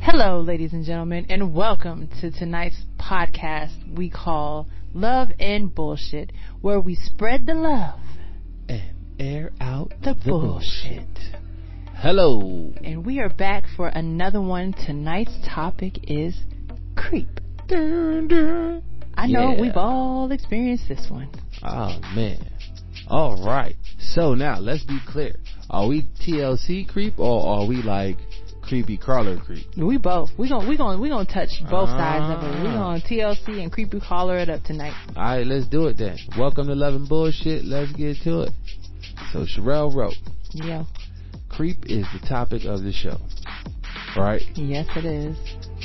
Hello, ladies and gentlemen, and welcome to tonight's podcast we call Love and Bullshit, where we spread the love, and air out the, bullshit. Hello. And we are back for another one. Tonight's topic is creep. I know Yeah. we've all experienced this one. Oh man. All right. So now let's be clear. Are we TLC creep or are we like creepy crawler creep? We both. We gon' we gon' we gonna touch both sides of it. We Ah. gonna TLC and creepy collar it up tonight. All right, let's do it then. Welcome to Love and Bullshit. Let's get to it. So Sherelle wrote, Yeah. "Creep is the topic of the show." Right. Yes, it is.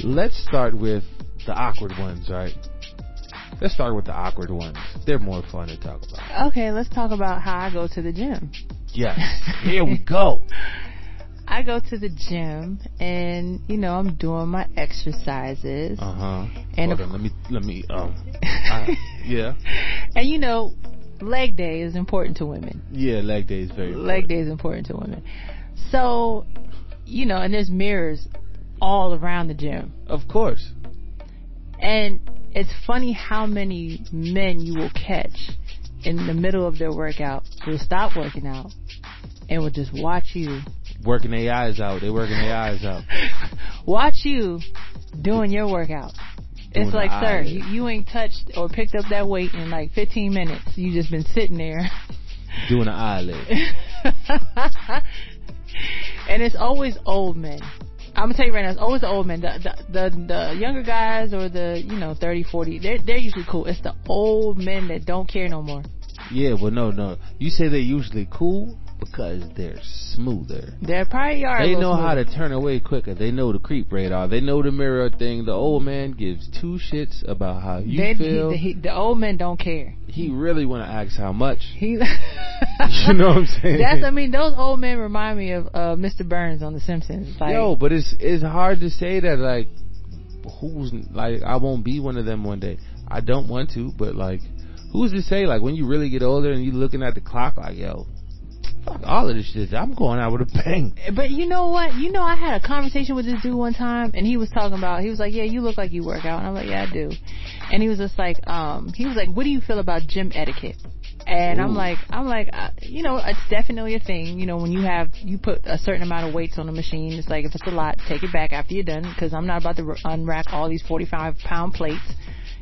Let's start with the awkward ones, right? Let's start with the awkward ones. They're more fun to talk about. Okay, let's talk about how I go to the gym. Yes. Here we go. I go to the gym and you know I'm doing my exercises Uh huh. And And of- let me let me um. I, yeah, and you know leg day is important to women. yeah. Leg day is very Leg day is important to women. So you know and there's mirrors all around the gym. important. Of course. And it's funny how many men you will catch in the middle of their workout will stop working out and will just watch you Working their eyes out. They working their eyes out. watch you doing your workout. Doing It's like, the sir, eyes. you, you ain't touched or picked up that weight in like 15 minutes. You just been sitting there. Doing an eyelid. and it's always old men. I'm gonna tell you right now, it's always the old men. The the the, the younger guys or the you know 30, 40, they're they're usually cool. It's the old men that don't care no more. Yeah, but no, no. You say they're usually cool because they're smoother. They're probably are. a They little know how smooth. to turn away quicker. They know the creep radar. They know the mirror thing. The old man gives two shits about how you They- he- feel. the, he- He, the old men don't care. really want to ask how much. He. You know what I'm saying? That's I mean those old men remind me of uh, Mr. Burns on The Simpsons. Like, Yo, but it's it's hard to say that like who's like I won't be one of them one day. I don't want to, but like who's to say like when you really get older and you looking at the clock like yo, fuck all of this shit. I'm going out with a bang. But you know what? You know, I had a conversation with this dude one time, and he was talking about. He was like, "Yeah, you look like you work out," and I'm like, "Yeah, I do." And he was just like, um, he was like, "What do you feel about gym etiquette?" And I'm Ooh. like, I'm like, uh, you know, it's definitely a thing. You know, when you have you put a certain amount of weights on the machine, it's like if it's a lot, take it back after you're done, because I'm not about to r- unrack all these 45 pound plates.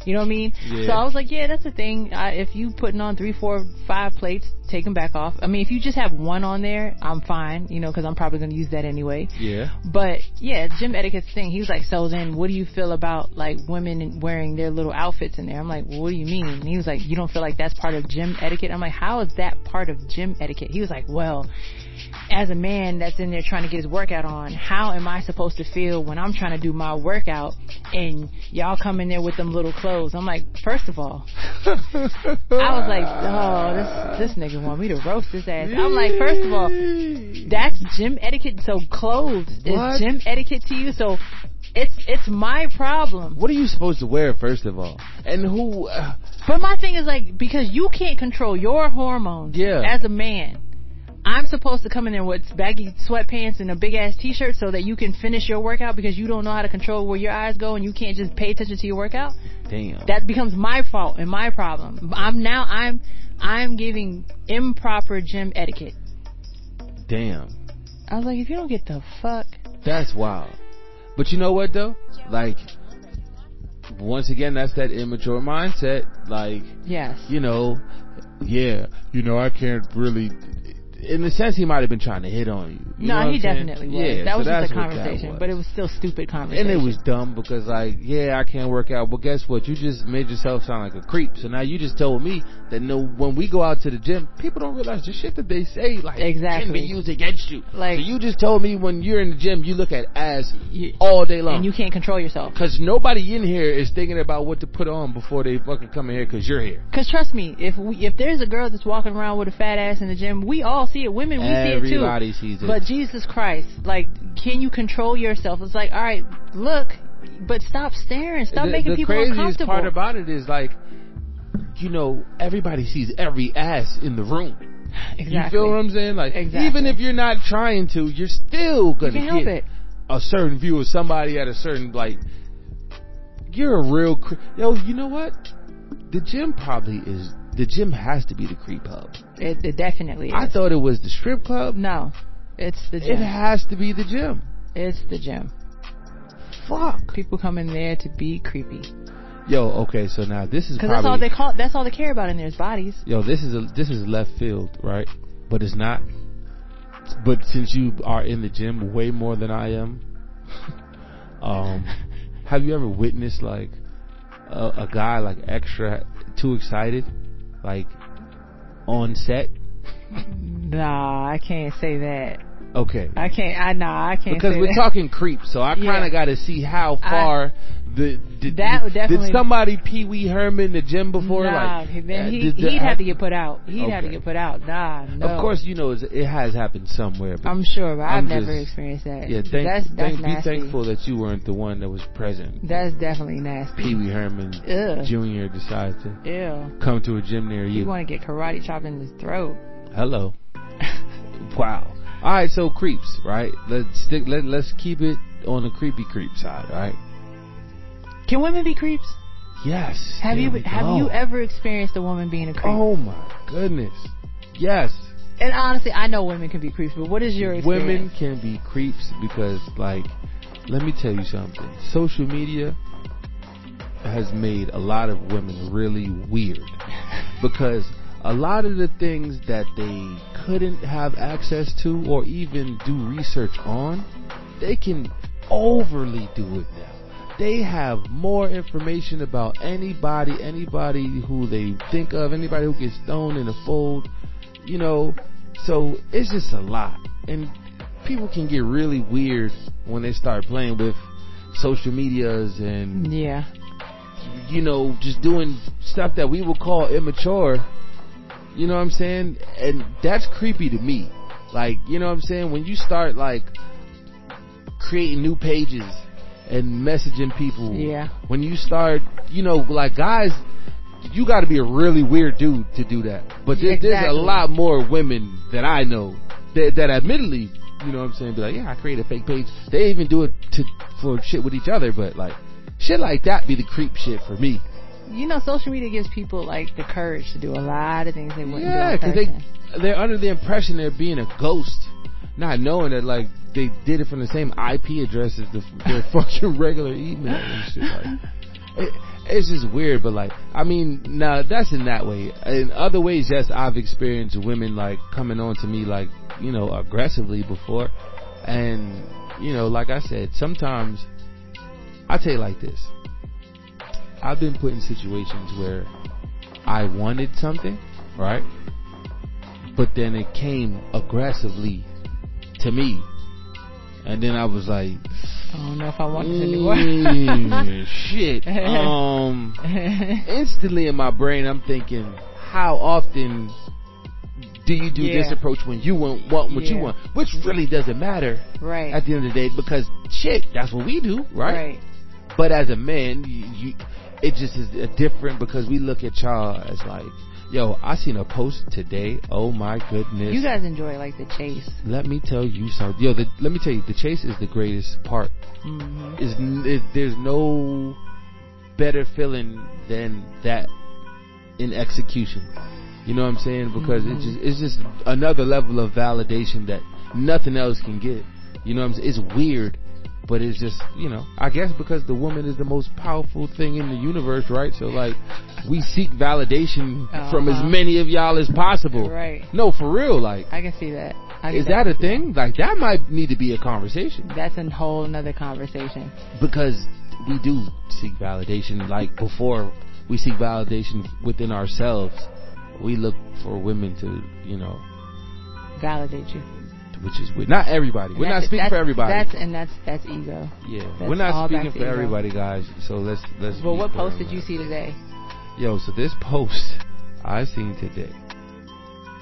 You know what I mean? Yeah. So I was like, yeah, that's the thing. I, if you putting on three, four, five plates, take them back off. I mean, if you just have one on there, I'm fine, you know, because I'm probably going to use that anyway. Yeah. But yeah, gym etiquette thing. He was like, so then, what do you feel about like women wearing their little outfits in there? I'm like, well, what do you mean? And he was like, you don't feel like that's part of gym etiquette? I'm like, how is that part of gym etiquette? He was like, well, as a man that's in there trying to get his workout on, how am I supposed to feel when I'm trying to do my workout and y'all come in there with them little clothes? I'm like, first of all, I was like, oh, this this nigga want me to roast his ass. I'm like, first of all, that's gym etiquette. So clothes is What? gym etiquette to you. So it's it's my problem. What are you supposed to wear first of all? And who? Uh, But my thing is like because you can't control your hormones Yeah. as a man. I'm supposed to come in there with baggy sweatpants and a big ass t-shirt so that you can finish your workout because you don't know how to control where your eyes go and you can't just pay attention to your workout. damn. That becomes my fault and my problem. I'm now I'm I'm giving improper gym etiquette. damn. I was like, if you don't get the fuck, That's wild. But you know what though? Like, once again, that's that immature mindset. Like. yes, you know, yeah, you know, I can't really. In a sense, he might have been trying to hit on you. you know no, what he I'm saying? definitely was. Yeah, that so was just that's a what that conversation, but it was still stupid conversation. And it was dumb because, like, yeah, I can't work out. But guess what? You just made yourself sound like a creep. So now you just told me that no, when we go out to the gym, people don't realize the shit that they say, like, can Exactly. be used against you. Like- so you just told me when you're in the gym, you look at ass You- all day long. and you can't control yourself. Cause nobody in here is thinking about what to put on before they fucking come in here. Cause you're here. Cause trust me, if we, if there's a girl that's walking around with a fat ass in the gym, we all see it. Women, we see it too. Everybody sees it. But Jesus Christ, like, can you control yourself? It's like, all right, look, but stop staring, stop the, making the people craziest uncomfortable. part about it is like, you know, everybody sees every ass in the room. exactly. You feel what I'm saying? Like, Exactly. even if you're not trying to, you're still You gonna can't help get it. a certain view of somebody at a certain like. You're a real cre- yo. You know what? The gym probably is. The gym has to be the creep hub. It, it definitely is. I thought it was the strip club. no, it's the It gym. has to be the gym. it's the gym. Fuck. People come in there to be creepy Yo. Okay. So now this is because probably that's all they call. That's all they care about in there is bodies. yo, this is a, this is left field, right? But it's not. But since you are in the gym way more than I am, um, have you ever witnessed like a, a guy like extra too excited, like on set? Nah, I can't say that. Okay, I can't. I nah, I can't. because say we're that. talking creep, so I Yeah. kind of got to see how I- far the did, That would definitely- did somebody Pee Wee Herman in the gym before nah, like uh, then he, did the- he'd have to get put out. He'd have to Okay. get put out. Nah, no. Of course, you know it's- it has happened somewhere. But I'm sure, but I've I'm never just- experienced that. Yeah, thank, that's that's thank, be nasty. thankful that you weren't the one that was present. That's definitely nasty. Pee Wee Herman Ugh. Jr. decided to Ew. come to a gym near You you. want to get karate chopped in his throat. Hello. Wow. All right, so creeps, right? Let's stick. Let Let's keep it on the creepy creep side, right? Can women be creeps? Yes. Have there you we have go. you ever experienced a woman being a creep? Oh my goodness. Yes. And honestly, I know women can be creeps, but what is your Women experience? can be creeps because, like, let me tell you something. Social media has made a lot of women really weird. because a lot of the things that they couldn't have access to or even do research on, they can overly do it now. They have more information about anybody, anybody who they think of, anybody who gets thrown in a fold, you know. So it's just a lot. And people can get really weird when they start playing with social medias and Yeah. you know, just doing stuff that we would call immature. You know what I'm saying? And that's creepy to me. Like, you know what I'm saying? When you start like creating new pages and messaging people. Yeah. When you start, you know, like guys, you got to be a really weird dude to do that. But there, there's a Exactly. lot more women that I know that, that admittedly, you know what I'm saying, be like, yeah, I created a fake page. They even do it to for shit with each other, but like shit like that be the creep shit for me. You know, social media gives people like the courage to do a lot of things they wouldn't Yeah, do. in because they person. they're under the impression they're being a ghost, not knowing that like they did it from the same IP address as the, their fucking regular email and shit. Like, it, it's just weird, but like I mean, now that's in that way. In other ways, yes, I've experienced women like coming on to me like you know aggressively before, and you know, like I said, sometimes I tell you like this. I've been put in situations where I wanted something, right? But then it came aggressively to me. And then I was like, I don't know if I want this anymore. mm, shit. Um, instantly in my brain, I'm thinking, how often do you do Yeah. this approach when you want, want what you Yeah. want? Which really doesn't matter right. at the end of the day because shit, that's what we do, right? right. But as a man, you, you it just is uh, different because we look at y'all as like, yo, I seen a post today. Oh my goodness. You guys enjoy like the chase. let me tell you something. Yo, the, let me tell you, the chase is the greatest part. hmm Is it, there's no better feeling than that in execution. You know what I'm saying? Because Mhm. it just it's just another level of validation that nothing else can get. You know what I'm saying? It's weird, but it's just you know I guess because the woman is the most powerful thing in the universe, right? So like we seek validation from as Uh-huh. many of y'all as possible. Right. No, for real, like. I can see that. I can Is that definitely a see thing? Like that might need to be a conversation that. That's a whole another conversation. because we do seek validation. Like before, we seek validation within ourselves. We look for women to, you know, Validate you. which is weird. Not everybody. We're not That's- speaking that's- for everybody. That's and that's that's ego. yeah, that's we're all back not speaking to for ego. everybody, guys. So let's let's. Well, be what fair post did about you it. see today? Yo, so this post I seen today,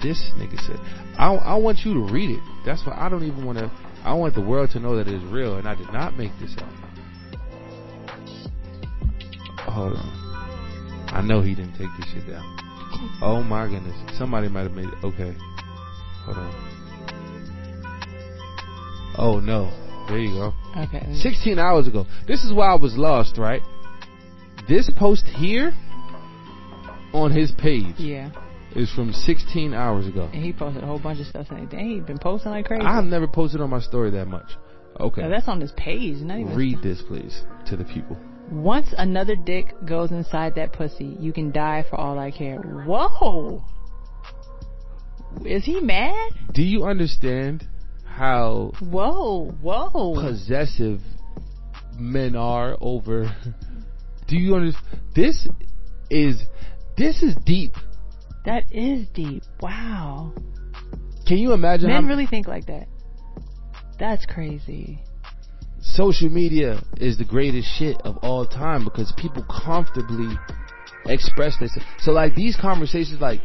this nigga said, I, I want you to read it. That's why I don't even want to, I want the world to know that it's real and I did not make this up. Hold on. I know he didn't take this shit down. Oh my goodness. Somebody might have made it. Okay. Hold on. Oh no. There you go. Okay. 16 hours ago. This is why I was lost, right? This post here on his page Yeah. is from 16 hours ago. And he posted a whole bunch of stuff. Like, dang, he been posting like crazy. I've never posted on my story that much. Oh, Okay. that's on this page. Not even. Read this, please, to the people. Once another dick goes inside that pussy, you can die for all I care. Whoa. Is he mad? Do you understand how Whoa, whoa. possessive men are over? Do you understand? This is this is deep. That is deep. Wow. Can you imagine Men how really think like that. That's crazy. social media is the greatest shit of all time because people comfortably express this. So like these conversations, like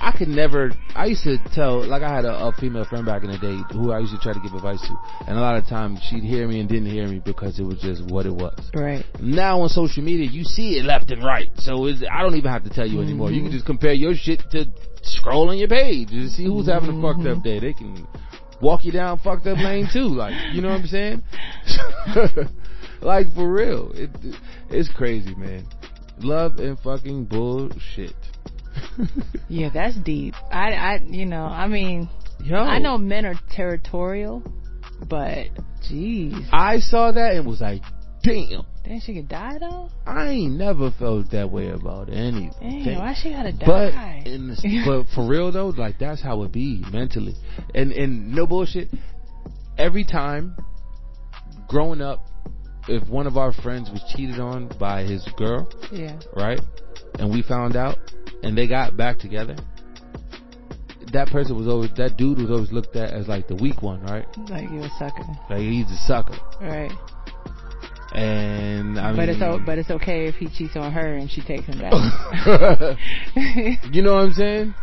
I could never. I used to tell, like I had a, a female friend back in the day who I used to try to give advice to, and a lot of times she'd hear me and didn't hear me because it was just what it was. Right. Now on social media, you see it left and right, so it's, I don't even have to tell you anymore. You can just compare your shit to scrolling your page and see who's having a fucked up day. They can walk you down fucked up lane too, like you know what I'm saying? like for real, it, it's crazy, man. Love and fucking bullshit. Yeah, that's deep. I, I, you know, I mean, Yo, I know men are territorial, but jeez, I saw that and was like, damn. then she could die though. I ain't never felt that way about anything. Damn, why she gotta But die? in this, but for real though, like that's how it be mentally, and and no bullshit. Every time, growing up, if one of our friends was cheated on by his girl, yeah, right, and we found out, and they got back together, that person was always that dude was always looked at as like the weak one, right? like you a sucker, Like he's a sucker, right? and I mean, but it's o- but it's okay if he cheats on her and she takes him back. you know what I'm saying?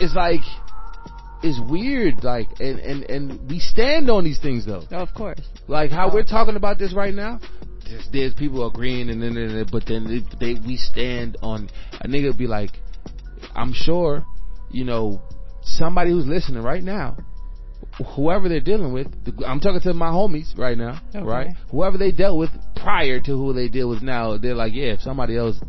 It's like it's weird, like and and and we stand on these things though. oh, of course, Like how we're talking about this right now. There's, there's people agreeing and then, and then but then they, they we stand on a nigga be like, I'm sure, you know, somebody who's listening right now, whoever they're dealing with, the, I'm talking to my homies right now, Okay. right? Whoever they dealt with prior to who they deal with now, they're like, yeah, if somebody else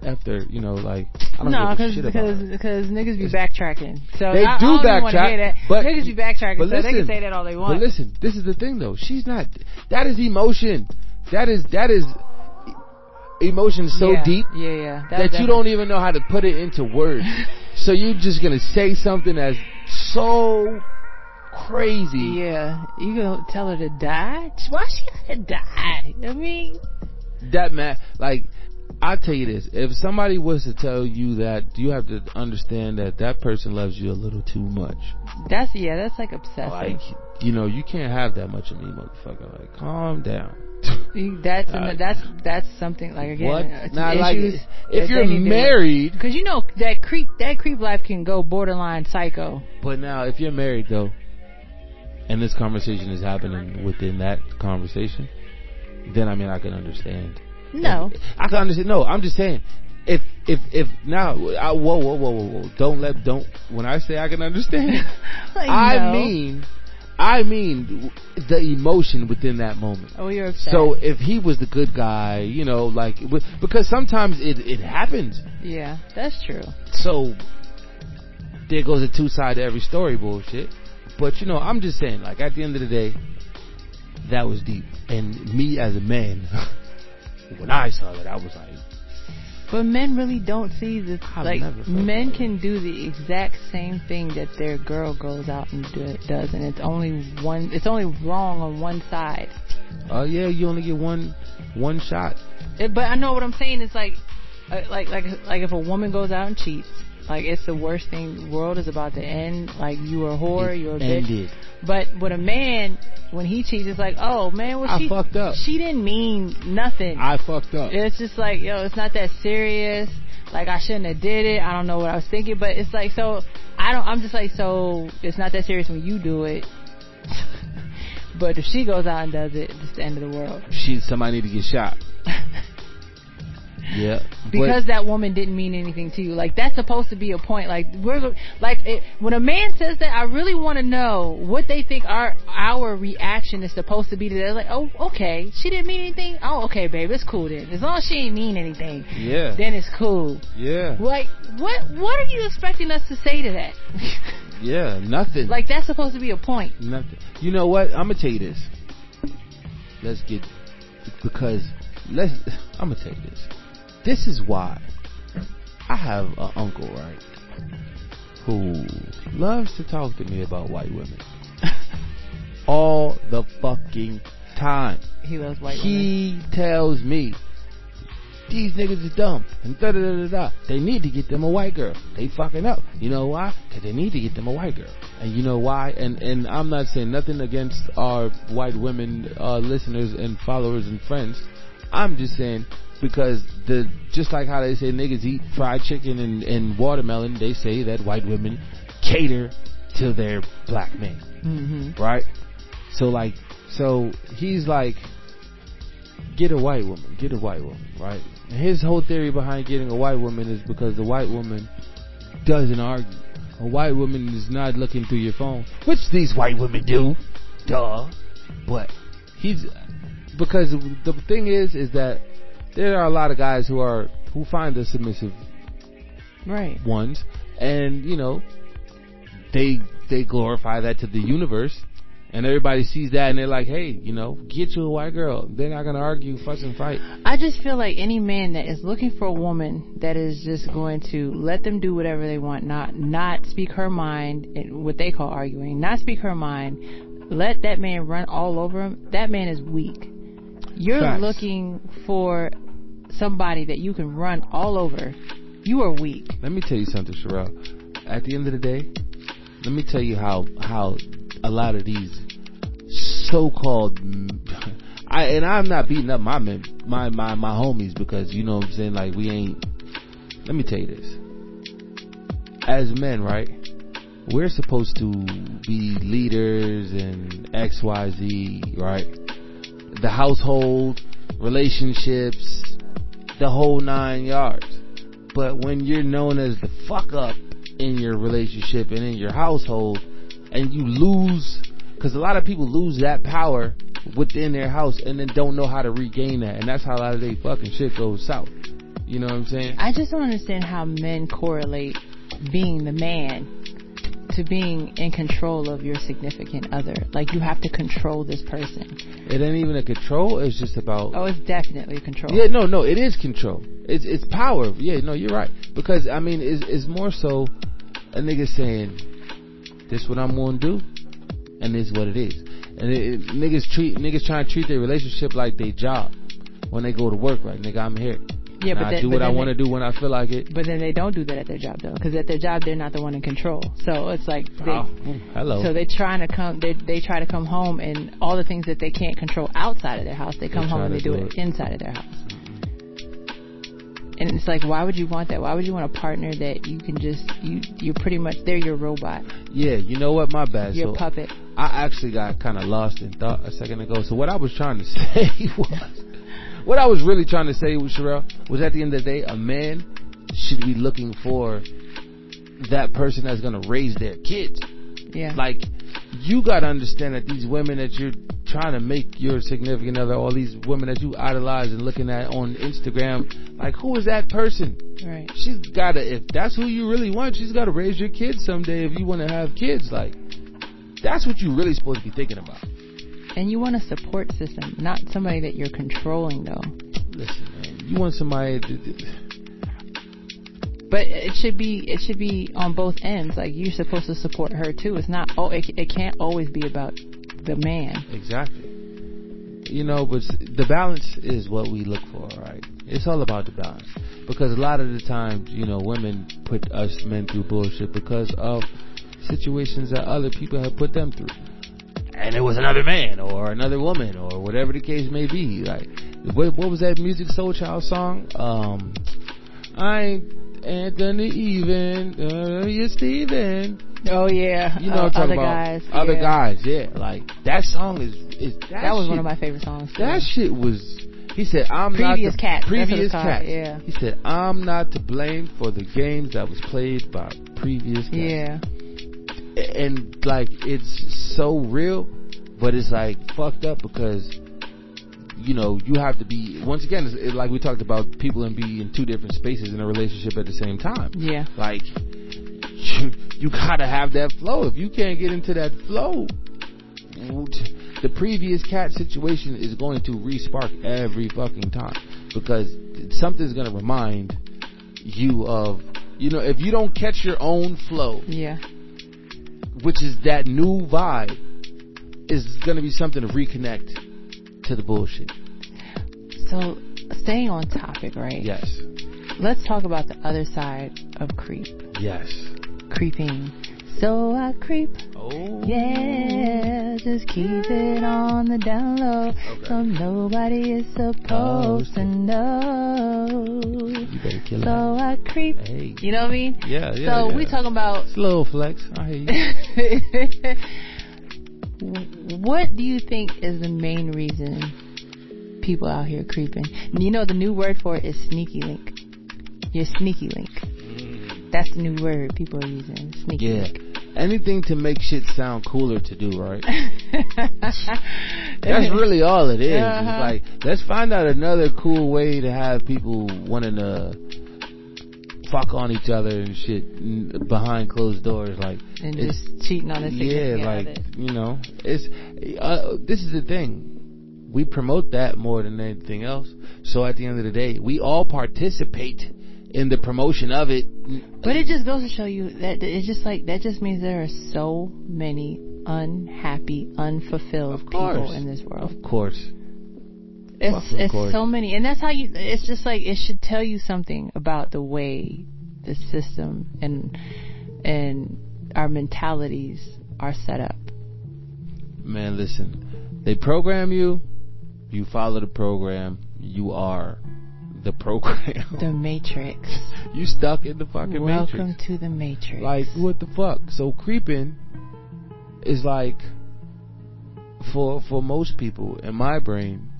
after, you know, like I don't no, give a because shit about it. because niggas be It's- backtracking. So They I, do I don't want to backtrack, hear that. but- niggas be backtracking, but so they listen, can say that all they want. But listen, this is the thing though. She's not. That is emotion. That is that is emotion so Yeah, deep yeah, yeah, that you don't even know how to put it into words. so you're just gonna say something that's so crazy. Yeah, you gonna tell her to die? Why she gotta die? I mean, That man, like. I tell you this: If somebody was to tell you that, you have to understand that that person loves you a little too much. that's yeah, that's like obsessive. Like, you know, you can't have that much of me, motherfucker. Like, calm down. You- that's Uh, that's that's something like again. uh, what? It's Nah, like, issues if that you're they need to- married, Cause you know that creep that creep life can go borderline psycho. But now, if you're married though, and this conversation is happening within that conversation, then I mean I can understand. No, I can understand. No, I'm just saying. If if if now, I, whoa whoa whoa whoa whoa! Don't let don't. When I say I can understand, Like, I no. mean, I mean the emotion within that moment. oh you're obsessed. So if he was the good guy, you know, like w- because sometimes it it happens. yeah, that's true. So there goes a two side to every story bullshit. But you know, I'm just saying, like at the end of the day, that was deep. And me as a man, when I saw that, I was like, But men really don't see the I've like never felt men that way. can do the exact same thing that their girl goes out and do, does, and it's only one. It's only wrong on one side. oh yeah, you only get one one shot. It, Eh, but I know what I'm saying. It's like, uh, like, like, like if a woman goes out and cheats, like it's the worst thing. The world is about to end. Like you are a whore, It you're a bitch. ended. But with a man, when he cheats, it's like, oh man, well I she fucked up. She didn't mean nothing. I fucked up. it's just like, yo, it's not that serious. Like I shouldn't have did it. I don't know what I was thinking, but it's like so. I don't. I'm just like so. It's not that serious when you do it. but if she goes out and does it, it's the end of the world. Shit, somebody need to get shot. Yeah. because that woman didn't mean anything to you. Like that's supposed to be a point. Like we're like it, when a man says that, I really want to know what they think our our reaction is supposed to be to that. Like, oh, okay, she didn't mean anything. Oh, okay, babe, it's cool then. As long as she ain't mean anything, But, yeah. then it's cool. Yeah. Like, what what are you expecting us to say to that? Yeah. Nothing. like that's supposed to be a point. Nothing. You know what? I'm gonna tell you this. Let's get because let's. I'm gonna tell you this. This is why I have an uncle right who loves to talk to me about white women all the fucking time. He loves white women. he tells me these niggas is dumb and da da da da da. They need to get them a white girl. They fucking up. You know why? 'Cause they need to get them a white girl. And you know why? And and I'm not saying nothing against our white women uh, listeners and followers and friends. I'm just saying because the just like how they say niggas eat fried chicken and, and watermelon, they say that white women cater to their black men hmm right? So like, so he's like, get a white woman, get a white woman, right? And his whole theory behind getting a white woman is because the white woman doesn't argue. A white woman is not looking through your phone, which these white women do, duh. But he's because the thing is, is that there are a lot of guys who are who find the submissive Mm-hmm. Right. ones, and you know, they they glorify that to the universe, and everybody sees that, and they're like, hey, you know, get you a white girl. They're not gonna argue, fuss, and fight. I just feel like any man that is looking for a woman that is just going to let them do whatever they want, not not speak her mind, and what they call arguing, not speak her mind, let that man run all over him. That man is weak. You're Facts. looking for somebody that you can run all over. You are weak. Let me tell you something, Sherelle. At the end of the day, let me tell you how how a lot of these so-called I and I'm not beating up my men, my my my homies because you know what I'm saying like we ain't. Let me tell you this. As men, right? We're supposed to be leaders and X Y Z, right? The household, relationships, the whole nine yards. But when you're known as the fuck up in your relationship and in your household, and you lose, because a lot of people lose that power within their house and then don't know how to regain that, and that's how a lot of they fucking shit goes south. You know what I'm saying? I just don't understand how men correlate being the man to being in control of your significant other. Like you have to control this person. It ain't even a control. It's just about Oh, it's definitely control. Yeah, no, no, it is control. It's it's power. Yeah, no, you're right. Because I mean, it's it's more so a nigga saying, "This what I'm gonna do," and this what it is. And it, it- niggas treat niggas trying to treat their relationship like they job when they go to work. Like, nigga, I'm here. Yeah, And but I then, do but what I then want to they- do when I feel like it. But then they don't do that at their job though, because at their job they're not the one in control. So it's like they, Oh, mm, hello. so they're trying to come. They they try to come home and all the things that they can't control outside of their house, they come try home and to they do do it it. inside of their house. And it's like, why would you want that? Why would you want a partner that you can just you you're pretty much they're your robot, yeah, you know what? My bad. your so puppet. I actually got kind of lost in thought a second ago. So what I was trying to say was, what I was really trying to say, Sherelle, was at the end of the day, a man should be looking for that person that's gonna raise their kids. Yeah. Like, you gotta understand that these women that you're trying to make your significant other, all these women that you idolize and looking at on Instagram, like, who is that person? right. she's gotta if that's who you really want she's gotta raise your kids someday if you want to have kids like that's what you really supposed to be thinking about And you want a support system, not somebody that you're controlling though. listen man you want somebody to, But it should be it should be on both ends. Like you're supposed to support her too. It's not oh it, it can't always be about the man. exactly you know but the balance is what we look for right it's all about the balance because a lot of the times you know women put us men through bullshit because of situations that other people have put them through and it was another man or another woman or whatever the case may be. Like, what, what was that music Soul Child song? Um, I ain't Anthony even, uh, you Steven. Oh yeah, You know what I'm other talking about? guys, Other yeah. guys, yeah. Like that song is is that, That was shit, one of my favorite songs. too. that shit was He said, "I'm Previous not the cats, that's what previous it's called, cats." yeah. He said, "I'm not to blame for the games that was played by previous cats." Yeah. and like it's so real, but it's like fucked up because you know you have to be once again it's, it, like we talked about people and be in two different spaces in a relationship at the same time. Yeah. Like you, you gotta have that flow. If you can't get into that flow, woot, the previous cat situation is going to re-spark every fucking time because something's gonna remind you of you know if you don't catch your own flow Yeah. which is that new vibe, is gonna be something to reconnect to the bullshit. So staying on topic, right? Yes. Let's talk about the other side of creep. Yes. Creeping. So I creep. Oh. Yeah, just keep it on the down low. Okay. Oh, So nobody is supposed to know. You better kill So it. I creep. Hey. You know what I mean? Yeah, So yeah. yeah. we talking about It's a little flex. I hear you. what do you think is the main reason people out here creeping? You know, the new word for it is sneaky link. Your sneaky link. That's the new word people are using. Sneaky Mm. yeah. link. Anything to make shit sound cooler to do, right? That's really all it is. Uh-huh. It's like let's find out another cool way to have people wanting to fuck on each other and shit n- behind closed doors. Like and it's- just cheating on the yeah, significant like other. you know, it's uh, this is the thing. We promote that more than anything else. So at the end of the day, we all participate in the promotion of it. But it just goes to show you that it's just like that just means there are so many unhappy, unfulfilled Of people course. in this world. Of course, It's Fucking it's course. so many, and that's how you. It's just like it should tell you something about the way the system and and our mentalities are set up. man. Listen, they program you. You follow the program. You are the program. The Matrix. you stuck in the fucking Welcome matrix. to the Matrix. Like what the fuck? So creeping is like for for most people in my brain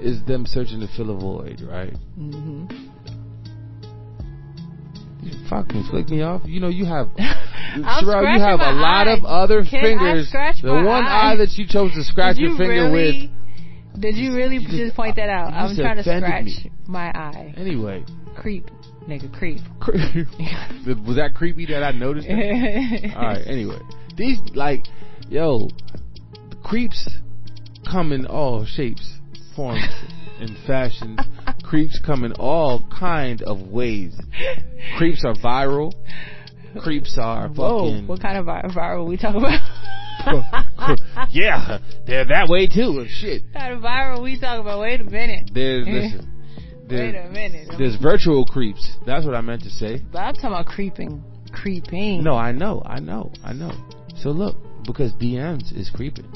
is them searching to fill a void, right? hmm You fucking flick me off. You know you have I'm Sherelle, you scratching have my a lot eye. of other Can I fingers. scratch the my one eye? eye that you chose to scratch Did your you finger really? with. Did you really You just, just- point that out? you I was just trying to offended scratch me. my eye. Anyway, Creep, nigga, creep. cre- was that creepy that I noticed? that? All right. Anyway, these like, yo, the creeps come in all shapes, forms, and fashions. Creeps come in all kind of ways. Creeps are viral. Creeps are Whoa, fucking. what kind of vi- viral we talking about? yeah, they're that way too. and Shit. what kind of viral we talking about? Wait a minute. There's Eh. listen. Wait There, a minute. there's virtual creeps. That's what I meant to say. But I'm talking about creeping. Creeping. No, I know, I know, I know. So look, because DMs is creeping,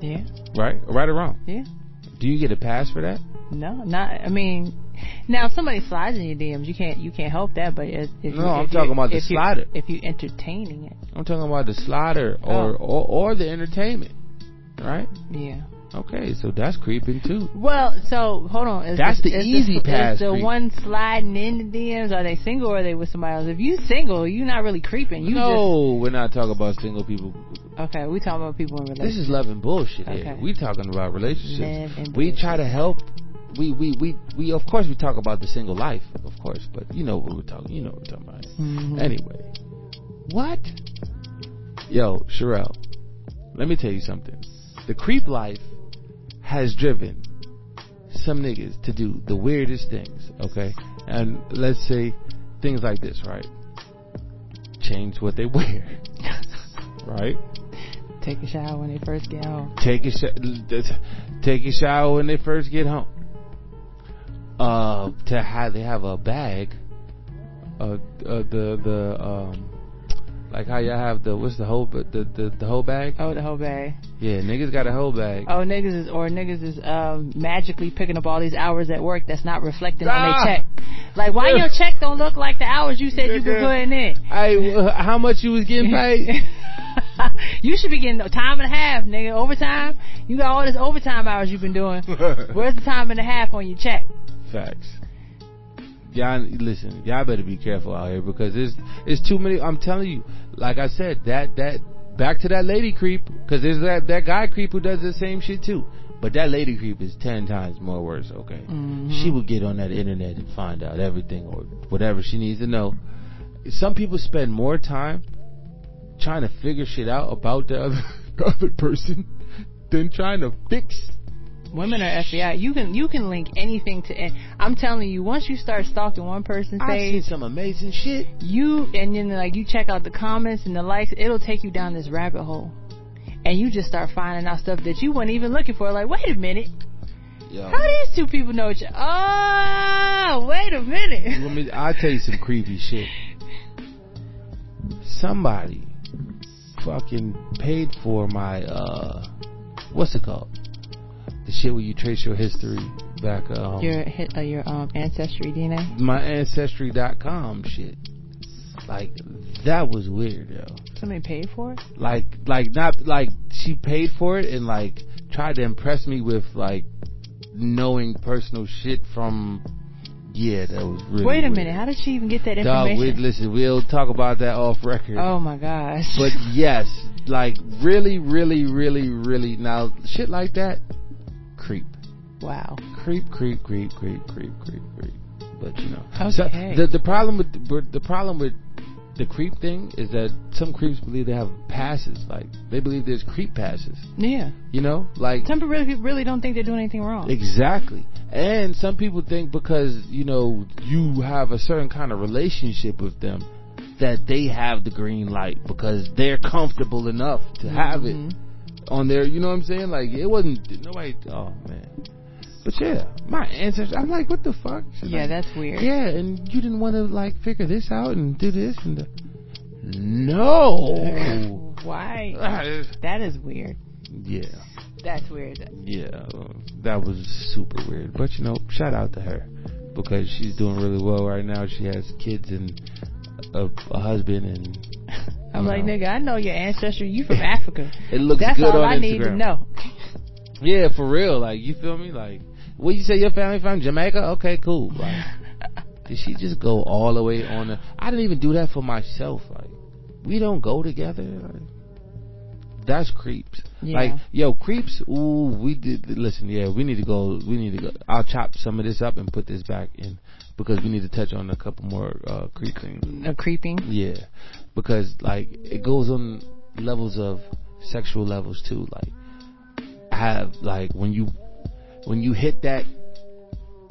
Yeah. right? Right or wrong? Yeah. Do you get a pass for that? No. Not. I mean, now if somebody slides in your DMs, you can't. You can't help that. But if, if No, you, I'm if talking you- about the if you- slider. If you entertaining it. I'm talking about the slaughter or, or or the entertainment, right? Yeah. Okay, so that's creeping too. Well, so hold on. Is That's this- the is easy this, pass Is the creep. one sliding in the DMs? Are they single or are they with somebody else? If you single, you're not really creeping. You no, we're not talking about single people. just okay. We talking about people in This relationships. is love and bullshit. here. Okay. We talking about relationships. Love and we try to help. We, we we we of course we talk about the single life, of course, but you know what we're talking. You know what we're talking about. Mhm. Anyway, what? Yo, Sherelle, let me tell you something. The creep life has driven some niggas to do the weirdest things, okay? And let's say things like this, right? Change what they wear, right? Take a shower when they first get home. Take a sh- take a shower when they first get home. Uh, to have they have a bag. Uh, uh the the um, like how y'all have the what's the whole the the, the whole bag? Oh, the whole bag. Yeah, niggas got a whole bag. Oh, niggas is or niggas is um magically picking up all these hours at work that's not reflecting Ah! on their check. Like why your check don't look like the hours you said you Nigga. were putting in? Hey, wh- how much you was getting paid? You should be getting a time and a half, nigga. Overtime. You got all this overtime hours you've been doing. Where's the time and a half on your check? Facts. Y'all listen, y'all better be careful out here because it's it's too many. I'm telling you, like I said, that that back to that lady creep because there's that that guy creep who does the same shit too. But that lady creep is ten times more worse. Okay, she will get on that internet and find out everything or whatever she needs to know. Some people spend more time trying to figure shit out about the other, the other person than trying to fix Women are FBI. You can you can link anything to. an- I'm telling you, once you start stalking one person's I've page, seen some amazing shit. you and then like you check out the comments and the likes, it'll take you down this rabbit hole. And you just start finding out stuff that you weren't even looking for. Like, wait a minute, Yo, how these two people know each other? Oh, wait a minute. let me. I tell you some creepy shit. Somebody fucking paid for my uh, what's it called? The shit where you trace your history back. Um, Your hi- uh, your um ancestry DNA. my ancestry.com shit. Like that was weird, yo. Somebody paid for it. Like, like not like she paid for it and like tried to impress me with like knowing personal shit from. Yeah, that was really. wait a weird. minute, how did she even get that Dog, we, information? listen, we'll talk about that off record. oh my gosh. But yes, like really, really, really, really. Now, shit like that, creep, wow. creep, creep, creep, creep, creep, creep, creep. But you know, Okay. the the problem with with- the problem with the creep thing is that some creeps believe they have passes. Like they believe there's creep passes. Yeah. You know, like Some people really, really don't think they're doing anything wrong. Exactly. And some people think because, you know, you have a certain kind of relationship with them that they have the green light because they're comfortable enough to have it Mhm. on their, you know what I'm saying? Like it wasn't nobody oh man. But yeah, my ancestors I'm like, what the fuck? She's Yeah, like, that's weird. Yeah, and you didn't want to like figure this out and do this and the, No. Why? Ah, That is weird. yeah. That's weird. Yeah, uh, that was super weird. But you know, shout out to her because she's doing really well right now. She has kids and a, a husband, and I'm No. like, nigga, I know your ancestry. You from Africa. it looks That's good all on I Instagram. need to know. Yeah, for real. Like, you feel me? Like, what you say? Your family from Jamaica? Okay, cool. Like, did she just go all the way on? The, I didn't even do that for myself. Like, we don't go together. Like, that's creeps. Yeah. Like, yo, creeps. Ooh, we did. Listen, yeah, we need to go. We need to go. I'll chop some of this up and put this back in because we need to touch on a couple more uh, creep things. A creeping. Yeah, because like it goes on levels of sexual levels too. Like have like when you when you hit that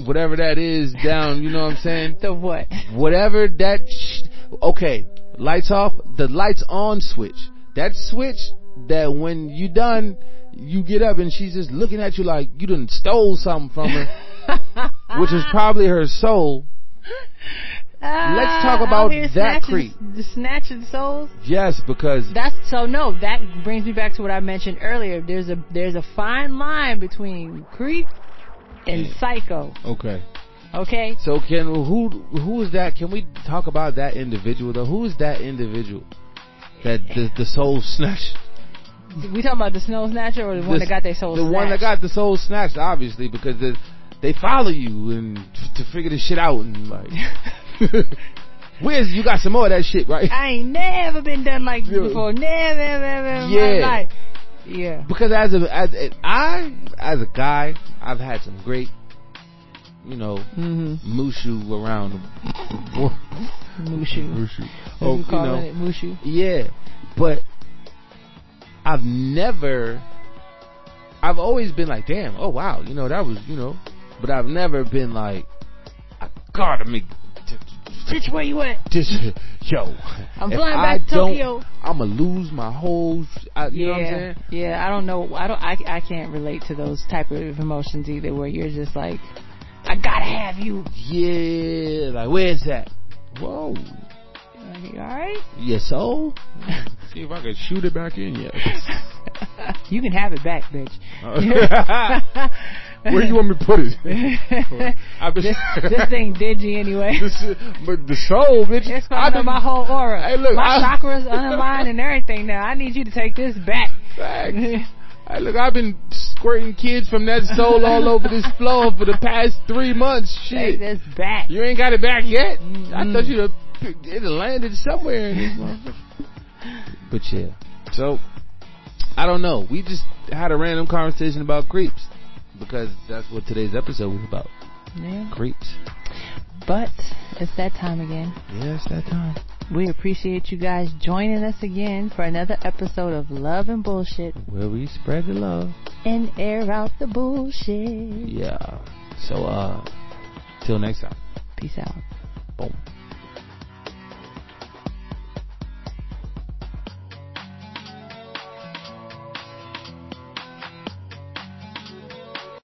whatever that is down, you know what I'm saying? The what? Whatever that sh- okay, lights off, the lights on switch. That switch that when you done, you get up and she's just looking at you like you done stole something from her, which is probably her soul. Ah, talk out about here that snatching- creep. The snatching souls. Yes, because That's so no. That brings me back to what I mentioned earlier. There's a there's a fine line between creep and Yeah. psycho. okay. Okay. So can who who is that? Can we talk about that individual though? Who is that individual that the, the soul snatched? We talking about the snow snatcher or the one This- that got their soul The one that snatched? got the soul snatched, obviously, because the, they follow you and f- to figure this shit out and like. Where's you got some more of that shit, right? I ain't never been done like this Yeah. before. Never, ever, ever, ever in my Yeah. life. Yeah. Because as a as a, I as a guy, I've had some great, you know, Mm-hmm. mushu around. Mushu. Mushu. Oh, you calling it Mushu? Yeah, but I've never. I've always been like, damn, oh wow, you know that was, you know, but I've never been like, I gotta make Bitch, where you at? this, yo. I'm if flying I back to don't, Tokyo. I'ma lose my whole. I, yeah, you know what I'm saying? yeah. I don't know. I don't. I, I can't relate to those type of emotions either. Where you're just like, I gotta have you. Yeah, like where's that? Whoa, Like, you all right. your soul. See if I can shoot it back in. Yeah. you can have it back, bitch. Where you want me to put it? I've been- this, this thing dingy anyway. This is- but the soul, bitch. It's I fucking up been- my whole aura. Hey, look, my I- chakras underlined and everything now. I need you to take this back. Facts. Hey, look, I've been squirting kids from that soul all over this floor for the past three months. Take Shit. this back. You ain't got it back yet? I Mm. thought you'd have picked- it landed somewhere in this motherfucker. But yeah. So I don't know. We just had a random conversation about creeps because that's what today's episode was about. Yeah. Creeps. But it's that time again. Yeah, it's that time. We appreciate you guys joining us again for another episode of Love and Bullshit Where we spread the love. and air out the bullshit. Yeah. So uh till next time. Peace out. Boom.